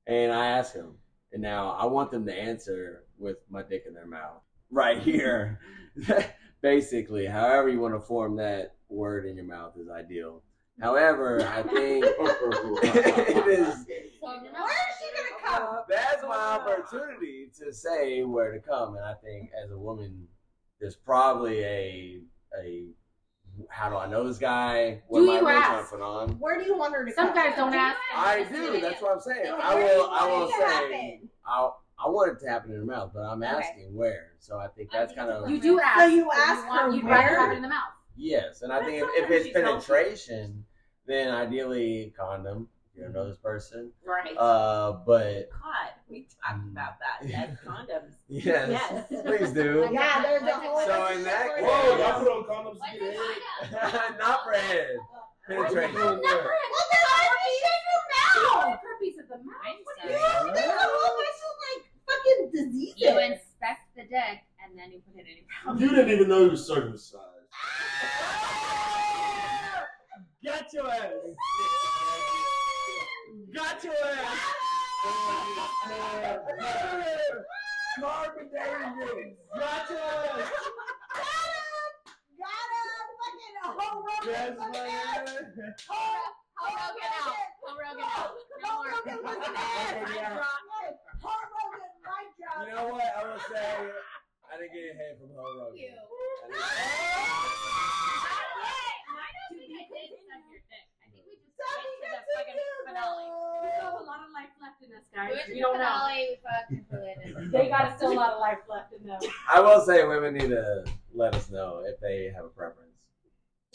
and I ask him, and now I want them to answer with my dick in their mouth right here, Mm-hmm. <laughs> basically. However you want to form that word in your mouth is ideal. However, I think <laughs> <laughs> it is she gonna come? that's my opportunity to say where to come, and I think as a woman, there's probably a a how do I know this guy? What Do am I you really trying to ask? put on? Where do you want her to Some come? guys don't ask. I do. That's what I'm saying. Where I do will. you I want will it to say. happen? I I want it to happen in her mouth, but I'm Okay. asking where. So I think I that's think kind it's of what- You do ask. So you but ask want- her You'd where? rather have it in the mouth. yes. And I But think if, if sometimes it's she's healthy. penetration, then ideally condom. If you don't know this person, Right. uh, but God, we talked about that. <laughs> Yes, condoms. yes, Yes. <laughs> please do. Yeah, there's a whole. So in that Whoa, Whoa, y'all case- put on condoms to get head? <laughs> not for head. Penetration. Well, Well, never. Well, then why would she in her mouth? Herpes of the mouth. Yeah, there's a whole bunch of like fucking diseases. You inspect the dick and then you put it in your mouth. You didn't even know you were circumcised. Got your ass. Got your ass. Carbon dating. Got your ass. Got a fucking whole row Yes, of fucking man. Whole- Hulk Hogan out. Hulk Hogan out. No more. Hulk Hogan was an ass. Yeah. Hulk Hogan, mic drop. You know what? I will say I didn't get a head from Hulk Hogan. You. I didn't- I don't think I did suck your dick. I think we just Tell me went to the what to fucking do, finale. We still have girl. a lot of life left in us, We guys. went to We the don't know. finale. We fucked and related. They got still a lot of life left <laughs> in them. I will say women need to let us know if they have a preference.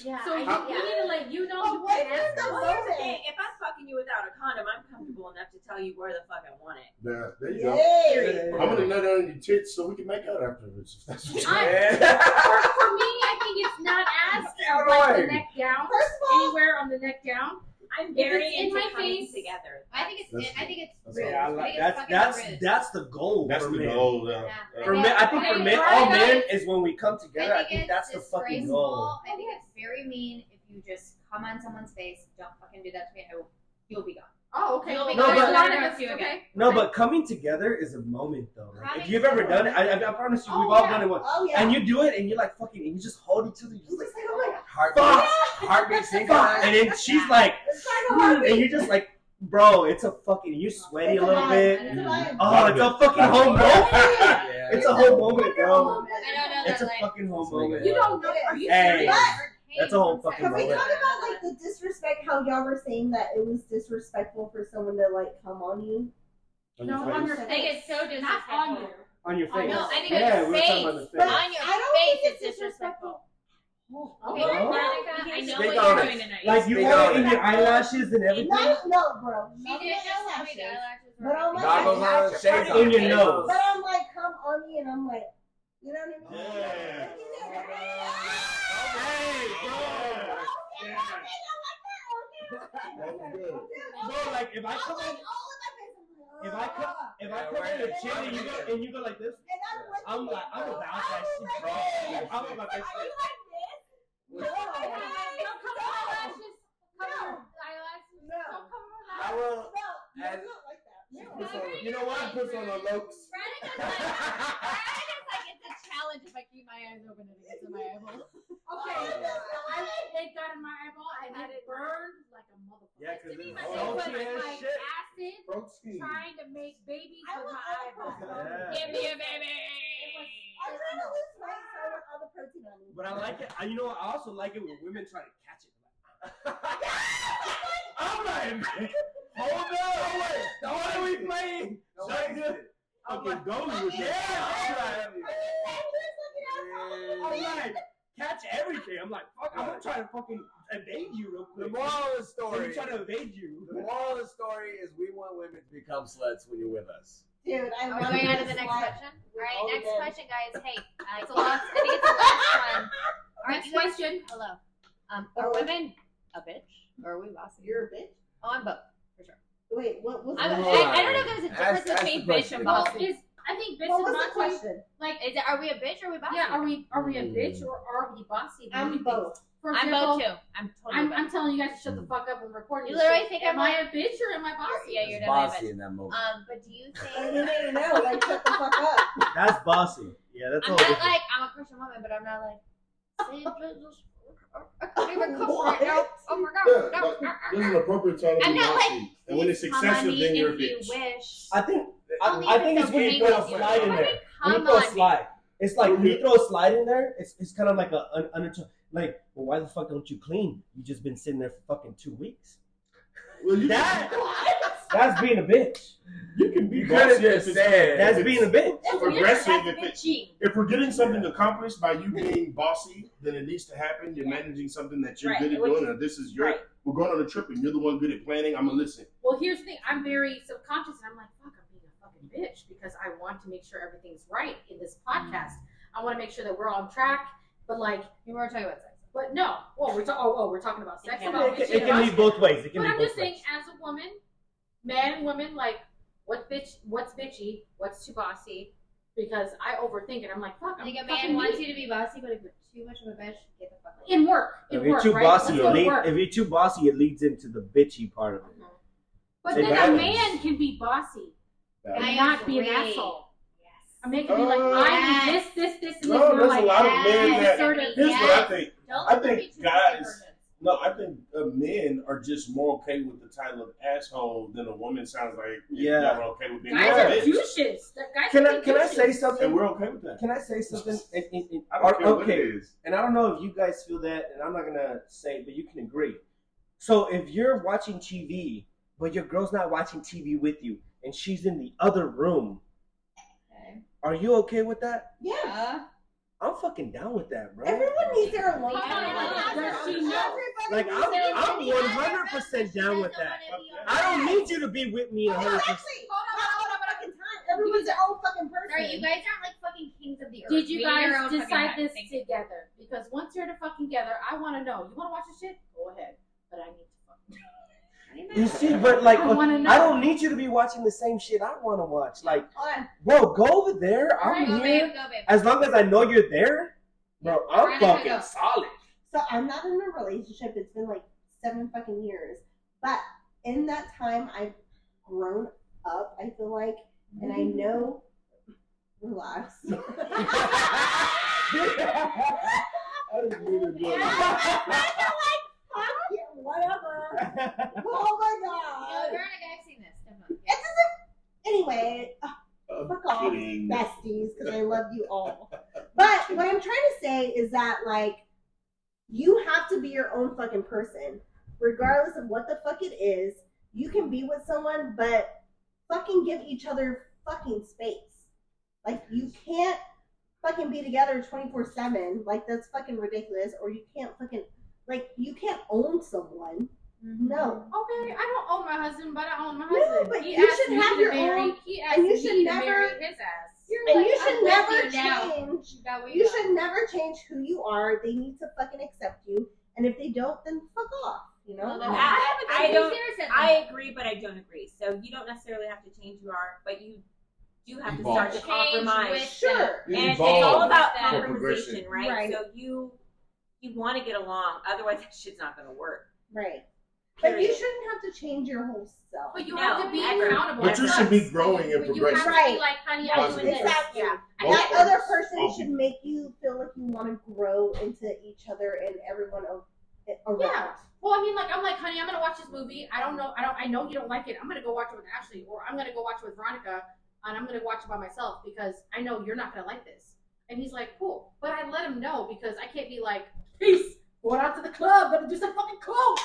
Yeah. So you, I- we need to let you know. But you what can is ask the us. Well, here's the Okay. thing. If I'm fucking you without a condom, I'm comfortable enough to tell you where the fuck I want it. There, there you go. Yay. I'm gonna nut on your tits so we can make out afterwards. If that's what you I- for, for me, I think it's not <laughs> asked Get like the away. neck down, First of all, anywhere on the neck down. I'm If it's very in into my coming face- together. I think it's. That's- I think it's. that's rude. all. Yeah, I I like think it's that's fucking that's rude. that's the goal. That's for the men. goal. Uh, Yeah. uh, For men, I think for men, all men is when we come together. I I think, think that's it's the fucking goal. disgraceful. I think it's very mean if you just come on someone's face. Don't fucking do that to me. I will. You'll be gone. Oh, okay. No, Well, but- guys, No, a lot but- of us- you again. okay. No, but coming together is a moment though. Right? If Coming you've ever done it, I, I, I promise you, Oh, we've all yeah. done it once. oh yeah. And you do it, and you're like fucking, and you just hold each other. You're It's just like, just like, oh my God, Heartbeat, fuck, heartbeat fuck, and synchronized. then she's like, it's like a heartbeat. and you're just like, bro, it's a fucking. You're sweaty It's a little vibe. bit. It's a vibe. Oh, it's a fucking whole moment. Yeah. It's a whole moment, bro. I don't know It's that a like. fucking whole It's like a- moment. You don't know. Are you Hey. serious? That's a whole fucking Can we moment. talk about like the disrespect? How y'all were saying that it was disrespectful for someone to like come on you. On No, face. on your I face. think it's so Not on you. disrespectful. On your Oh, face. No, I think yeah, it's we were talking about the face. face. But On your I don't face, think it's disrespectful. Okay, No. Veronica, I know Speak what on you're it. doing tonight. Like you Speak had it on in it. your eyelashes and everything. No, no, bro. she Not did my just tell me the eyelashes. eyelashes were But I'm like, Goggles I on, got your shades fucking- on. In your nose. But I'm like, come on me, and I'm like, you know what I mean? Yeah. No, like if I come on, if I come, if I Yeah, come right. on your chin and you go and you go like this, I'm like, I'm about that shit, bro. I'm about that shit. Don't cover my lashes. Cover your eyelashes. No. Don't cover my I lashes. will. As- puts on- You know what? It puts on her looks. Veronica's like, Veronica's like, it's a challenge if I keep my eyes open and it gets in my eyeball. Okay. I, it got in my eyeball and it burned like a motherfucker. Yeah, 'cause To me, it's my salty dick was as like shit. acid Protein. trying to make babies I with want my other eyeballs. <laughs> protein. Give me a baby. But I like it. I, you know, what? I also like it when women try to catch it. <laughs> I'm not in Hold on, wait. Why are we playing? Check this. I'm Fucking like, goes with yeah, that. I'm like, I'm like, catch everything. I'm like, fuck, I'm gonna try to fucking evade you real The quick. moral of the Let story. me try to evade The you. moral of the story is we want women to become sluts when you're with us. Dude, I Are love we going on to the this next line. question? All right, all next good. question, guys. Hey, uh, it's the last. I think it's the last one. All right, Next you guys- question. Hello. Um, are Are we- women a bitch or are we bossy? You're a bitch. Oh, I'm both. Wait, what was I'm, I, the, Alright. I don't know if there's a difference Ask- ask between the bitch question. and Well, bossy. is I think bitch what is was not the question. question? Like, Is it, are we a bitch or are we bossy? yeah, are we are we a Mm. bitch or are we bossy? What do you I'm think? both. For I'm example, both too. I'm totally I'm, both. I'm telling you guys to shut the Mm. fuck up and record. You this literally shit. think am I'm I a bitch or am I bossy? Yeah, It's you're definitely a bossy bitch. in that moment. Um, but do you I didn't think? even know. Like, shut the fuck up. That's bossy. Yeah, that's I'm all. not like I'm a Christian woman, but I'm not like. "Say, Jesus, I can't even cook right now. Oh my Yeah, god! No, like, uh, uh, this is an appropriate time to I'm be not bossy. and when it's Please come excessive, on then me you're a if you bitch. wish. I think Only I if think it's when you okay put a with you. slide in Fucking there. when you Come throw a on. me. slide, it's like when you throw a slide in there, it's, it's kind of like a an undertone. Like, well, why the fuck don't you clean? You just been sitting there for fucking two weeks. Well, you, That that's being a bitch. you can be You bossy. could've if just it's- said- That's if being a bitch. it's Weird, aggressive. that's If, it, bitchy. if we're getting something accomplished by you being bossy, then it needs to happen. You're managing something that you're Right, good it at would- doing. and this is your. right. We're going on a trip, and you're the one good at planning. I'm gonna listen. Well, here's the thing. I'm very subconscious, and I'm like, fuck, I'm being a fucking bitch because I want to make sure everything's right in this podcast. I want to make sure that we're on track. But like, We were talking about sex. but no. Well, we're ta- oh, oh, we're talking about sex. It can- about It can, bitching it about can be both ways. It can But be I'm both just ways. saying, as a woman, man and woman, like, what bitch, what's bitchy, what's too bossy? Because I overthink it. I'm like, fuck, I I'm think a man fucking wants me. you to be bossy, but if you're too much of a bitch, get the fuck out. in work. In If you're work, too right? bossy, Let's it go to lead, work. if you're too bossy, it leads into the bitchy part of it. But Say then a balance. man can be bossy and I not be an agree. asshole. A Yes. man can be like, Uh, Oh, I need this, this, this, and this. No, and I'm there's a like, lot of men yes, that. assertive, Here's what I yes. think. Don't I let them think be too much of a guys- virgin. No, I think uh, men are just more okay with the title of asshole than a woman sounds like. Yeah. y'all are okay with being a Guys are bitch. douches. The Guys Can are I can I douches. say And something? we're okay with that. Can I say something? And, and- and- I don't care what okay, it is. and I don't know if you guys feel that, and I'm not gonna say, but you can agree. So if you're watching TV, but your girl's not watching TV with you, and she's in the other room, Okay. are you okay with that? Yeah. I'm fucking down with that, bro. Everyone needs their alone Come time. on, Everyone does she know? like I'm, So I'm if the other 100 percent person down with doesn't that. wanna be on I don't that- need you to be with me Hold on, 100. percent actually. Hold on, hold on, fucking time. Everyone's their own fucking person. Sorry, you guys aren't like fucking kings of the earth. Did you We need our guys own fucking decide time. this Thank you. together? Because once you're to fucking together, I want to know. You want to watch this shit? Go ahead. But I need to fucking. You see, but like, I wanna know. I don't need you to be watching the same shit I want to watch. Like, Hold on. bro, go over there. All right, I'm go, here. babe, go, babe. As long as I know you're there, bro, I'm Alright, I gotta fucking go. solid. So I'm not in a relationship. It's been like seven fucking years. But in that time, I've grown up, I feel like, and I know. Relax. <laughs> Fuck you, whatever. <laughs> Oh my No, god. Veronica, I've seen this. Definitely. It doesn't. Anyway, uh, I'm Fuck off. kidding. besties because I love you all. But what I'm trying to say is that like you have to be your own fucking person, regardless of what the fuck it is. You can be with someone, but fucking give each other fucking space. Like you can't fucking be together 24 seven. Like that's fucking ridiculous. Or you can't fucking like you can't own someone. No. Okay, I don't own my husband, but I own my No, husband. but he you asked should me have to your marry. own- He asked and you me should to never- marry his ass. You're And like, you I'm should with never you now. change Go, we You go. should never change who you are. They need to fucking accept you. And if they don't, then fuck off. You know? Well, I- I Who's don't- there said that? I agree, but I don't agree. So you don't necessarily have to change who you are, but you do have to Evolve. start to Change compromise. with Sure. You and it's evolve. all about Evolve. For compromisation, progression. right? Right. So you you want to get along, otherwise <laughs> that shit's not going to work. Right. But you Period. shouldn't have to change your whole self. But you No, have to be never. accountable. But you should be growing and But you have to progressing. be like, honey, I'm doing this. Exactly. Both That parties. other person Both should people. make you feel like you want to grow into each other and everyone o- around. Yeah. Well, I mean, like, I'm like, honey, I'm gonna watch this movie. I don't know. I don't. I know you don't like it. I'm gonna go watch it with Ashley, or I'm gonna go watch it with Veronica, and I'm gonna watch it by myself because I know you're not gonna like this. And he's like, cool. But I let him know because I can't be like, peace. Going out to the club, gonna do some fucking coke.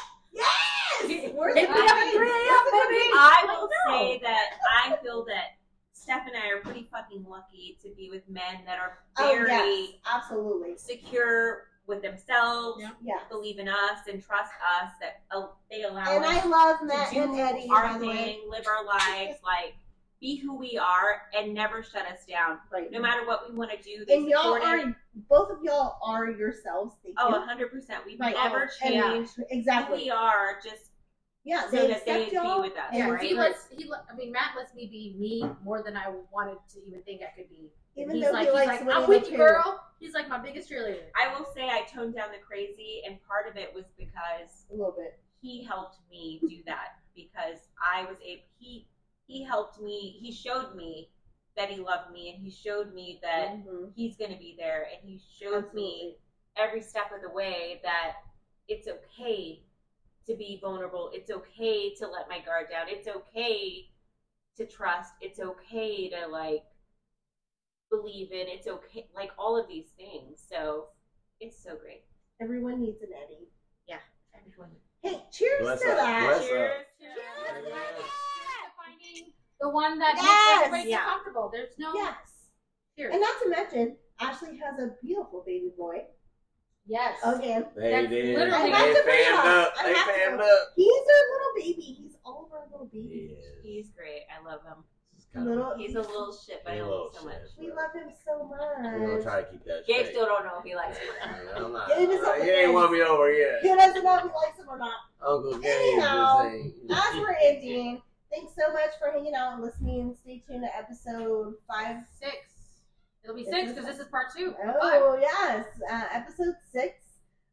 Yes! We're Hit me up friends. at 3 a.m., baby. I will say that I feel that Steph and I are pretty fucking lucky to be with men that are Oh, very yes. Absolutely. secure with themselves, Yeah. Yeah. believe in us, and trust us that uh, they allow And us I love to Matt do and Eddie, our by the way. thing, live our lives. Like be who we are, and never shut us down. Right. No matter what we want to do, they And y'all support it. are both of y'all are yourselves. Thank Oh, you. 100 percent. We've Like, never oh, and changed who Exactly. we are, just Yeah, so they that they accept y'all. be with us. and Yeah, right? he lets he. Let, I mean, Matt lets me be me more than I wanted to even think I could be. Even he's though like, he he's likes like, winning I'm with the you, cheerleader." girl. He's like my biggest cheerleader. I will say I toned down the crazy, and part of it was because A little bit. he helped me do that because I was a he. He helped me. He showed me that he loved me, and he showed me that Mhm. he's going to be there, and he showed me Absolutely. every step of the way that it's okay to be vulnerable. It's okay to let my guard down. It's okay to trust. It's okay to like believe in. It's okay, like all of these things. So it's so great. Everyone needs an Eddie. Everyone. Hey, cheers Bless to up. that. Bless Cheers. Cheers. Yeah. Finding the one that Yes. makes everybody Yeah. feel comfortable. There's no Yes. fear. And not to mention, Ashley has a beautiful baby boy. Yes. Again. They That's did. They literally- I have to bring it fammed up. up. I They have to. fammed up. He's our little baby. He's all of our little baby. Yeah. He's great. I love him. It's kind of- Little He's a little shit, but I He a love him little so much. shit. We love him so We're gonna much. try to keep that Gabe straight. still don't know if he likes me. <laughs> I'm not. uh, Gabe is I'm not- up you ain't against- won me over yet. He doesn't know if he likes him or <laughs> not. Uncle Gabe Anyhow, just ain't. As we're ending, thanks so much for hanging out and listening. Stay tuned to episode five. Six. It'll be This six is- because this is part two. Five. Oh yes, uh, episode six,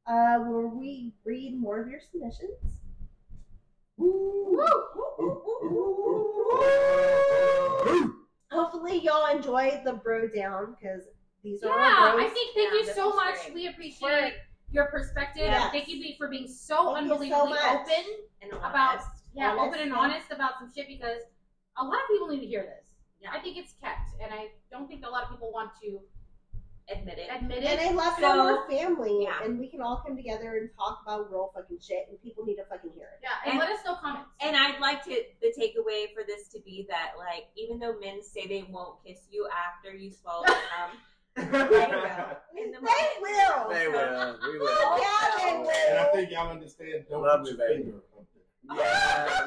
uh, where we read more of your submissions. Hopefully, y'all enjoyed the bro down because these Yeah, are our I bros. think thank Yeah, you this so was much. great. We appreciate We're- your perspective. Yes. Thank you for being so Thank you so unbelievably much. open. And About- honest. Yeah, Honest open and and- honest about some shit because a lot of people need to hear this. Yeah. I think it's kept, and I don't think a lot of people want to admit it. admit And it. I love So- how we're family, Yeah. and we can all come together and talk about real fucking shit, and people need to fucking hear it. Yeah, and, And- let us know comments. And I'd like to the takeaway for this to be that like even though men say they won't kiss you after you swallow them, <laughs> in the They moment- will. They will. We Oh, will. yeah, they will. And I think y'all understand. Don't Love put you, your baby. finger up there. Yeah.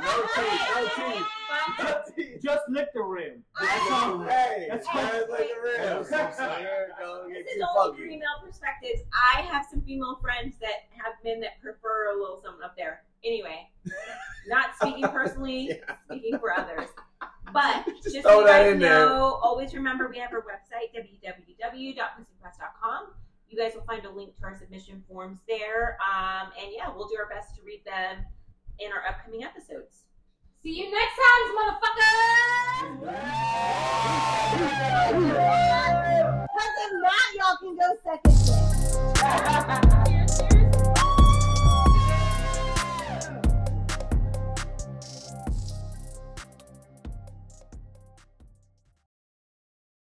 No teeth. No teeth. But Just lick the rim. Hey, That's guys, like the real. That's what I'm saying. You're <laughs> gonna this get is too only funky. female perspectives. I have some female friends that have men that prefer a little something up there. Anyway, not <laughs> speaking personally, speaking for others. But just, so throw you that guys in know, there. always remember we have our website www.pussypress.com. You guys will find a link to our submission forms there, um, and yeah, we'll do our best to read them in our upcoming episodes. See you next time, motherfuckers. Yeah.